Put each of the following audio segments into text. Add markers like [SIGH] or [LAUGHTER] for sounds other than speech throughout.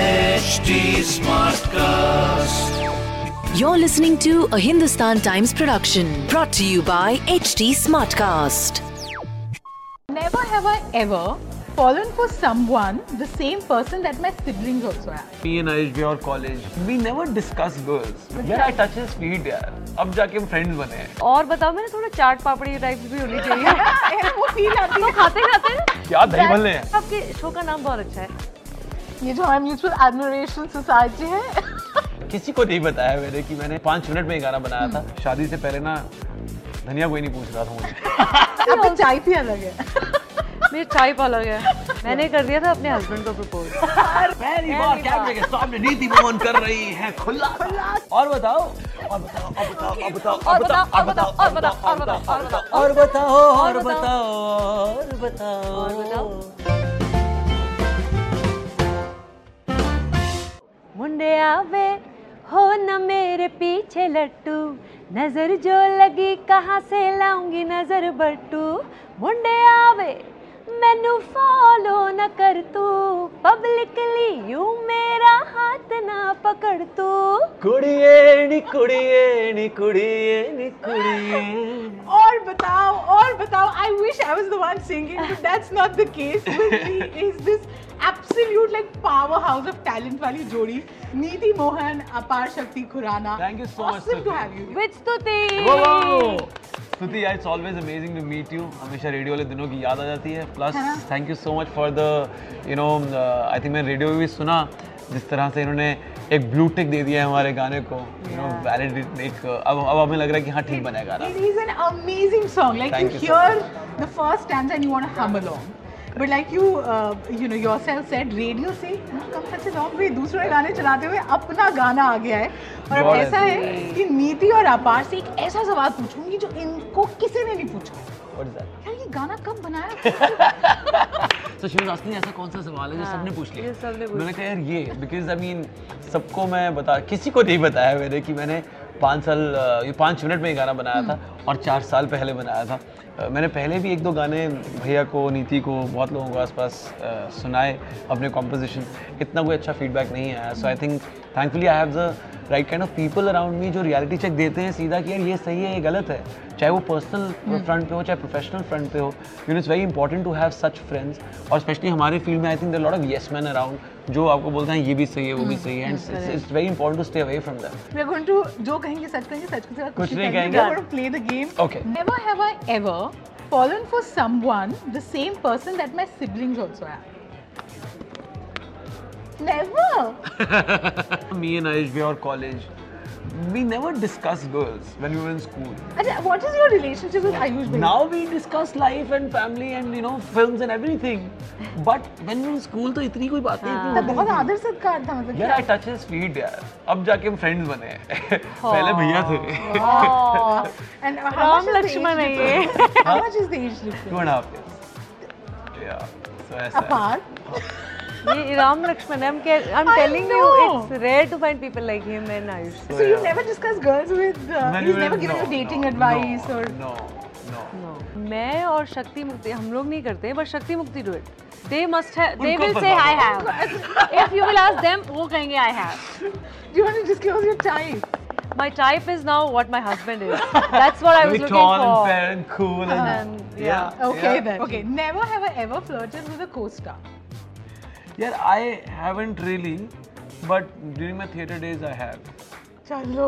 HD Smartcast. You're listening to a Hindustan Times production brought to you by HT Smartcast. Never have I ever fallen for someone, the same person that my siblings also have. me and Ayush beyond college, we never discuss girls. Yeah, I touch his feet, यार. अब जाके हम friends बने हैं. और बताओ मैंने थोड़ा चाट पापड़ी टाइप भी होनी चाहिए तो Yeah, [LAUGHS] वो फील आती है खाते खाते क्या दही भल्ले हैं? आपके शो का नाम बहुत अच्छा है ये जो हमारे म्यूचुअल एडमिरेशन सोसाइटी है [LAUGHS] किसी को नहीं बताया मैंने कि मैंने पाँच मिनट में ये गाना बनाया था. शादी से पहले ना धनिया कोई नहीं पूछ रहा था [LAUGHS] मुझे. आपकी चाय भी अलग है मेरे चाय पालर गया मैंने कर दिया था अपने हस्बैंड को प्रपोज पहली बार कैमरे के सामने नीति भवन कर रही है खुला. और बताओ. और बताओ, और बताओ, और बताओ, और बताओ, और बताओ, और बताओ, और बताओ, और बताओ, और बताओ, और बताओ, और बताओ, और बताओ. मुंडे आवे हो न मेरे पीछे लट्टू नजर जो लगी कहाँ से लाऊंगी नजर बट्टू मुंडे आवे मैनू फॉलो न कर तू पब्लिकली यू मेरा हाथ ना पकड़ तू कुड़िए नी कुड़िए नी कुड़िए नी कुड़िए और बताओ और बताओ I wish I was the one singing but that's not the case [LAUGHS] is this absolute like power house of talent वाली जोड़ी Niti Mohan Apar Shakti Khurana Thank you so much, awesome to Sukriti. have you with Stuti Whoa, whoa. Stuti, it's always amazing to meet you. हमेशा radio वाले दिनों की याद आ जाती है plus thank you so much for the you know I think uh, मैंने radio में भी सुना जिस तरह से इन्होंने एक ब्लू टिक दे दिया है हमारे गाने को यू नो वैलिड एक अब अब हमें लग रहा है कि हाँ ठीक बना है गाना It is an amazing song. Like Thank you, you so hear the first stanza and you want to hum along. But like you, uh, you know yourself said, radio से हम कम से लॉन्ग वे दूसरे गाने चलाते हुए अपना गाना आ गया है और अब बहुत ऐसा अच्छी है कि नीति और आपार से एक ऐसा सवाल पूछूंगी जो इनको किसी ने नहीं पूछा What is that? यार ये गाना कब बनाया [LAUGHS] So she was asking तो ऐसा कौन सा सवाल है जो सबने पूछ लिया जो हाँ, सबने पूछ मैंने कहा यार ये बिकॉज आई मीन सबको मैं बता किसी को नहीं बताया मैंने कि मैंने पाँच साल अ, ये पाँच मिनट में ये गाना बनाया था हम्म। और चार साल पहले बनाया था अ, मैंने पहले भी एक दो गाने भैया को नीति को बहुत लोगों को आसपास अ, सुनाए अपने कॉम्पोजिशन इतना कोई अच्छा फीडबैक नहीं आया so I think thankfully I have the right kind of people around me जो रियलिटी चेक देते हैं सीधा कि यार ये सही है ये गलत है चाहे वो पर्सनल फ्रंट पे हो चाहे प्रोफेशनल फ्रंट पे हो you it's very important to have such friends और स्पेशली हमारे फील्ड में I think the lot of yes man around जो आपको बोलते हैं ये भी सही है वो भी सही है and it's very important to stay away from them We are going to जो कहेंगे सच कहेंगे सच के साथ कुछ नहीं We कहेंगे। are going to play the game. Okay. Never have I ever fallen for someone the same person that my siblings also have. Never. me and Ayush were college we never discussed girls when we were in school अच्छा what is your relationship with Ayush bhai? Now we discuss life and family and you know films and everything. But when we were in school तो इतनी कोई बात नहीं तो इतनी बहुत आदर सत्कार था मतलब यार आई टच हिज फीट यार अब जाके हम फ्रेंड्स बने हैं [LAUGHS] हाँ। पहले भैया थे to Aww. And how Ram much is the Lakshman है age ये difference? How much is the age difference? And half या सो ऐसा है. Apart. ये Ram Lakshman I am I telling you know. It's rare to find people like him and Ayush So you Oh, yeah. never discuss girls with. Uh, When we he's were- never given no, you dating no, advice no, or. no no मैं और शक्ति मुक्ति हम लोग नहीं करते but Shakti Mukti do it they must दे उनको will से पता I have if you will ask them वो कहेंगे I have Do you want to disclose your type? My type is now what my husband is that's what I was Very looking tall and for fair and cool and And- yeah Okay yeah. then. Okay. Never have I ever flirted with a co-star. यार I haven't really but during my theatre days I have चलो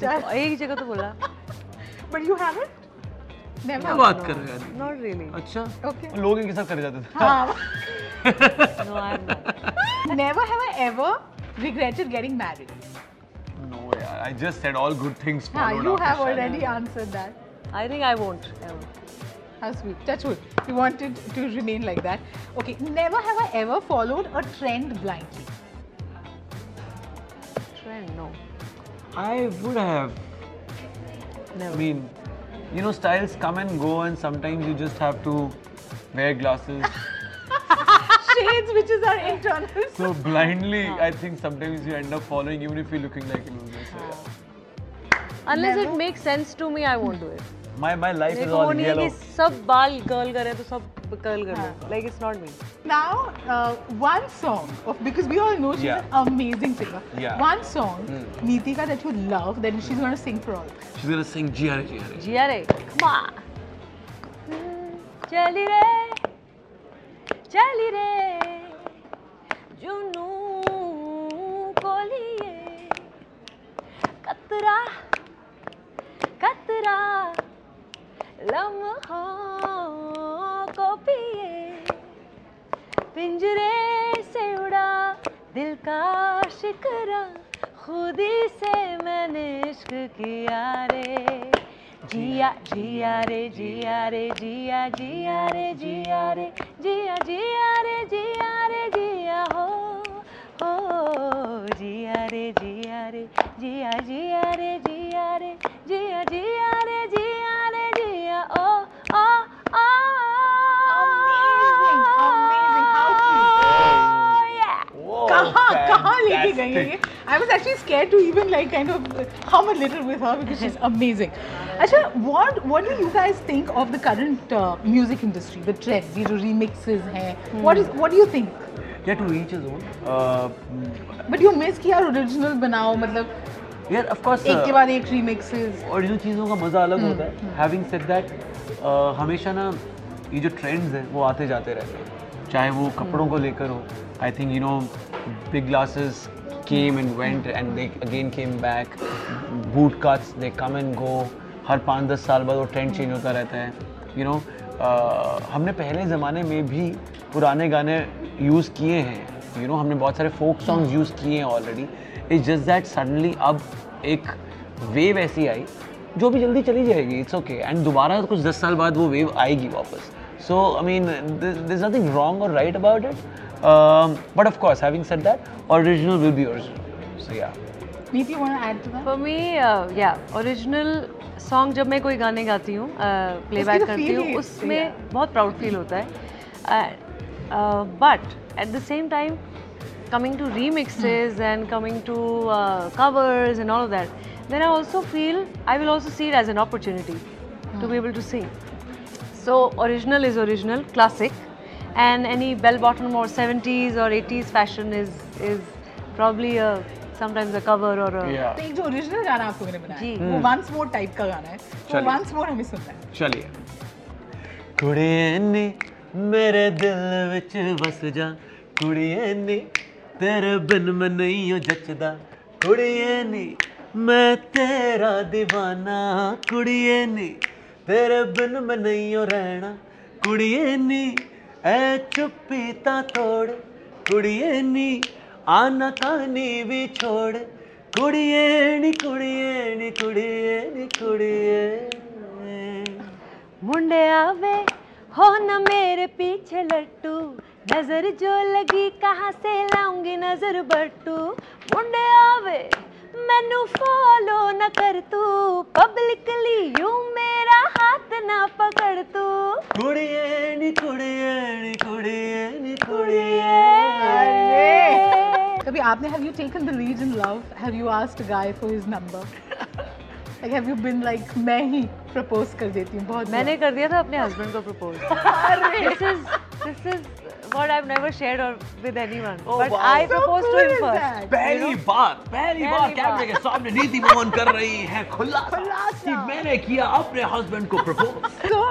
चल एक जगह तो बोला but you haven't क्या never बात कर रहे हो यार नॉट रियली अच्छा ओके लोग इनके साथ कर जाते थे हाँ no I am never have I ever regretted getting married No, yeah. I just said all good things. हाँ followed you after have Shadi. already answered that I think I won't how sweet touch wood you wanted to remain like that okay never have i ever followed a trend blindly trend no I would have. I never mean, you know, styles come and go, and sometimes you just have to wear [LAUGHS] glasses. shades which is our internal so blindly, I think sometimes you end up following, even if you're looking like a loser. So, yeah. Unless it make sense to me I won't do it My my life मेरे is को वो all नहीं है कि yellow. सब बाल curl करे तो सब कर्ल कर लो like it's not me Now, uh, one song, of, because we all know she's Yeah. an amazing singer. Yeah. Hmm. One song, Nitika, that you love, that she's going to sing for all. She's gonna sing Jihare Jihare. जिया रे come on. चली रे चली रे जुनू को लिए कतरा कतरा लम्हों को पिए पिंजरे से उड़ा दिल का शिकरा खुद ही से मैंने इश्क किया रे जिया जिया रे जिया रे जिया जिया रे जिया रे जिया जिया रे जिया रे जिया हो हो जिया रे जिया रे जिया जिया रे जिया रे जिया जिया रे जिया रे जिया ओ ओ ओ Amazing, amazing. How Oh, yeah. Kaha, Oh, kaha leke gayi hai ye? I was actually scared to even like kind of uh, hum a little with her because she's amazing. Asha, what what do you guys think of the current uh, music industry, the trends, you know, remixes? Hai. What is what do you think? Yeah, to each his own. oh. Uh, But you miss किया original बनाओ मतलब yeah, of course. एक के uh, बाद एक remixes. Original चीज़ों का मज़ा अलग होता है हैविंग सेड दैट हमेशा ना ये जो ट्रेंड्स हैं वो आते जाते रहते हैं चाहे वो कपड़ों को लेकर हो I think you know big glasses came and went and they again came back boot cuts they come and go हर पाँच दस साल बाद वो ट्रेंड चेंज होता रहता है यू नो हमने पहले ज़माने में भी पुराने गाने यूज़ किए हैं यू नो हमने बहुत सारे फोक सॉन्ग्स यूज़ किए हैं already it's just that suddenly अब एक वेव ऐसी आई जो भी जल्दी चली जाएगी इट्स ओके एंड दोबारा कुछ दस साल बाद वो वेव आएगी वापस so I mean this is nothing wrong और right about it but of course having said that original will be original so या Neeti, you want to add to that? For me या original song जब मैं कोई गाने गाती हूँ playback तो करती feel हूँ ही- उसमें yeah. बहुत प्राउड फील होता है Uh, but at the same time coming to remixes Hmm. And coming to uh, covers and all of that then I also feel I will also see it as an opportunity to be Hmm. Able to sing So original is original, classic, and any bell-bottom or 70s or 80s fashion is is probably a sometimes a cover or a या तो एक जो original गाना आप लोगों ने बनाया जी। है, वो वंस मोर टाइप का गाना है वो चलिए। वंस मोर हमें सुनना है चलिए कुड़िए नी मेरे दिल विच वस जा कुड़िए नी तेरे बिन मैं नहीं हूं जचदा कुड़िए नी मैं तेरा दीवाना कुड़िए नी तेरे बिन मैं नहीं हूं रहना कुड़िए नी ऐ चुप्पी ता तोड़ कुड़िए नी आना कहानी भी छोड़ कुड़िए नी कुड़िए नी कुड़िए नी कुड़िए मुंडे आवे हो न मेरे पीछे लट्टू नजर जो लगी कहाँ से लाऊंगी नजर बट्टू मुंडे आवे मैनू फॉलो न कर तू पब्लिकली यू मेरा हाथ ना पकड़ तू कुड़िए नी कुड़िए नी कुड़िए नी अरे कभी आपने have you taken the lead in love have you asked guy for his number like have you been like मैं ही प्रपोज कर देती हूँ बहुत मैंने कर दिया था अपने हस्बैंड को propose this is this is what I have never shared और with anyone but I Oh, So propose to cool him is first that? पहली बार पहली बार पहली कैमरे बार। के सामने नीति मोहन कर रही है खुलासा खुलासा। कि मैंने किया अपने हस्बैंड को प्रपोज So,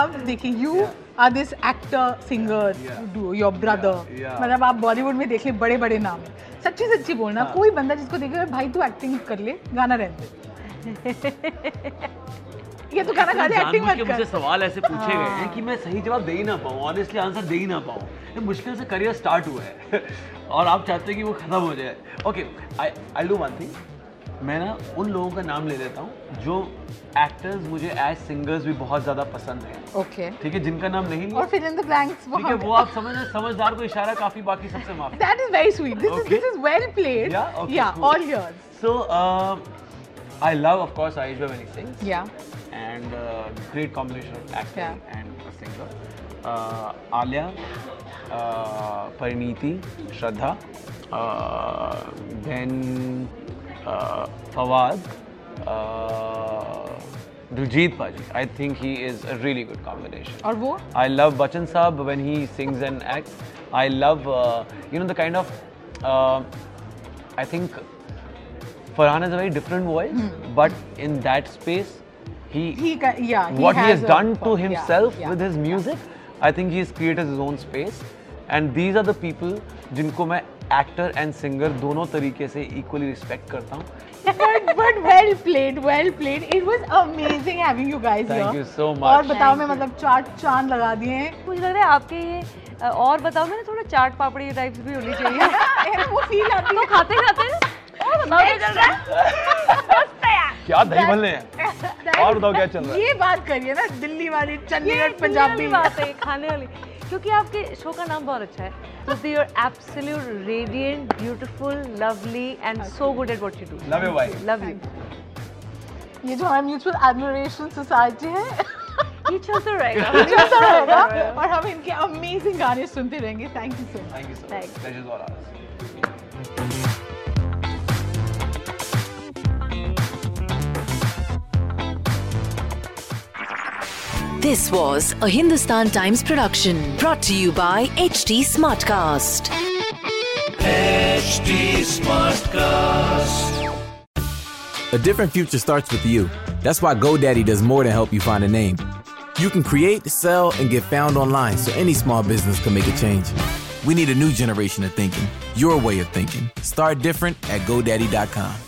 अब देखिए you are this actor singer Yeah. Do your brother Yeah, yeah. मतलब आप बॉलीवुड में देख ले बड़े बड़े नाम हैं सच्ची सच्ची बोलना हाँ। कोई बंदा जिसको देखे भाई तू एक्टिंग कर ले गाना रहने दे ये तो गाना गा ले एक्टिंग मत मुझे कर सवाल ऐसे पूछे गए हैं कि मैं सही जवाब दे ही ना पाऊँ ऑनेस्टली आंसर दे ही ना पाऊँ ये मुश्किल से करियर स्टार्ट हुआ है [LAUGHS] और आप चाहते हैं कि वो खत्म हो जाए okay I I do one thing मैं ना उन लोगों का नाम ले लेता हूँ जो एक्टर्स मुझे एज सिंगर्स भी बहुत ज़्यादा पसंद हैं ओके ठीक है जिनका नाम नहीं लिया और फिर इन द ब्लैंक्स ठीक है वो आप समझ रहे हैं, समझदार को इशारा काफी बाकी सबसे माफ That is very sweet. This Okay. is this is well played. Yeah, okay, yeah, cool. all yours. So uh, I love of course Ayush when sings Yeah. and uh, great combination of actor Yeah. and a singer. Uh, Alia, uh, Pariniti, Shraddha, uh, then uh, Fawad, uh, Diljit Paji. I think he is a really good combination. और वो I love Bachchan Saab when he sings and acts. I love, uh, you know, the kind of, uh, I think Farhan has a very different voice, but in that space, he, Hmm. He ca- yeah, he what he has has a- done to yeah, himself yeah, with his music, I think he's created his own space. And these are the people जिनको मैं actor and singer दोनों तरीके से equally respect करता हूँ. [LAUGHS] but but well played well played it was amazing having you guys Thank here you so और much. बताओ मैं मतलब चार चांद लगा दिए हैं [LAUGHS] मुझे लग रहा है आपके ये अ, और बताओ मैंने थोड़ा चाट पापड़ी टाइप्स भी होनी चाहिए [LAUGHS] अरे, वो फील आती तो है खाते खाते और बताओ क्या चल रहा है क्या दही भल्ले हैं? [LAUGHS] और बताओ क्या चल रहा है? ये बात करिए ना दिल्ली वाली ये चंडीगढ़ दुनिया वाली पंजाबी बात है ये खाने वाली क्योंकि आपके शो का नाम बहुत अच्छा है तो दी you're absolute radiant beautiful lovely and so good at what you do Love you, [LAUGHS] bhai. Love you ये जो हमारी म्यूचुअल एडमिरेशन सोसाइटी है ये चलता रहेगा चलता रहेगा [LAUGHS] और हम इनके अमेजिंग गाने सुनते रहेंगे thank you so much Thank you so much. Thanks. Pleasure's all ours. This was a Hindustan Times production brought to you by HT Smartcast. HD Smartcast. A different future starts with you. That's why GoDaddy does more than help you find a name. You can create, sell, and get found online so any small business can make a change. We need a new generation of thinking, your way of thinking. Start different at GoDaddy.com.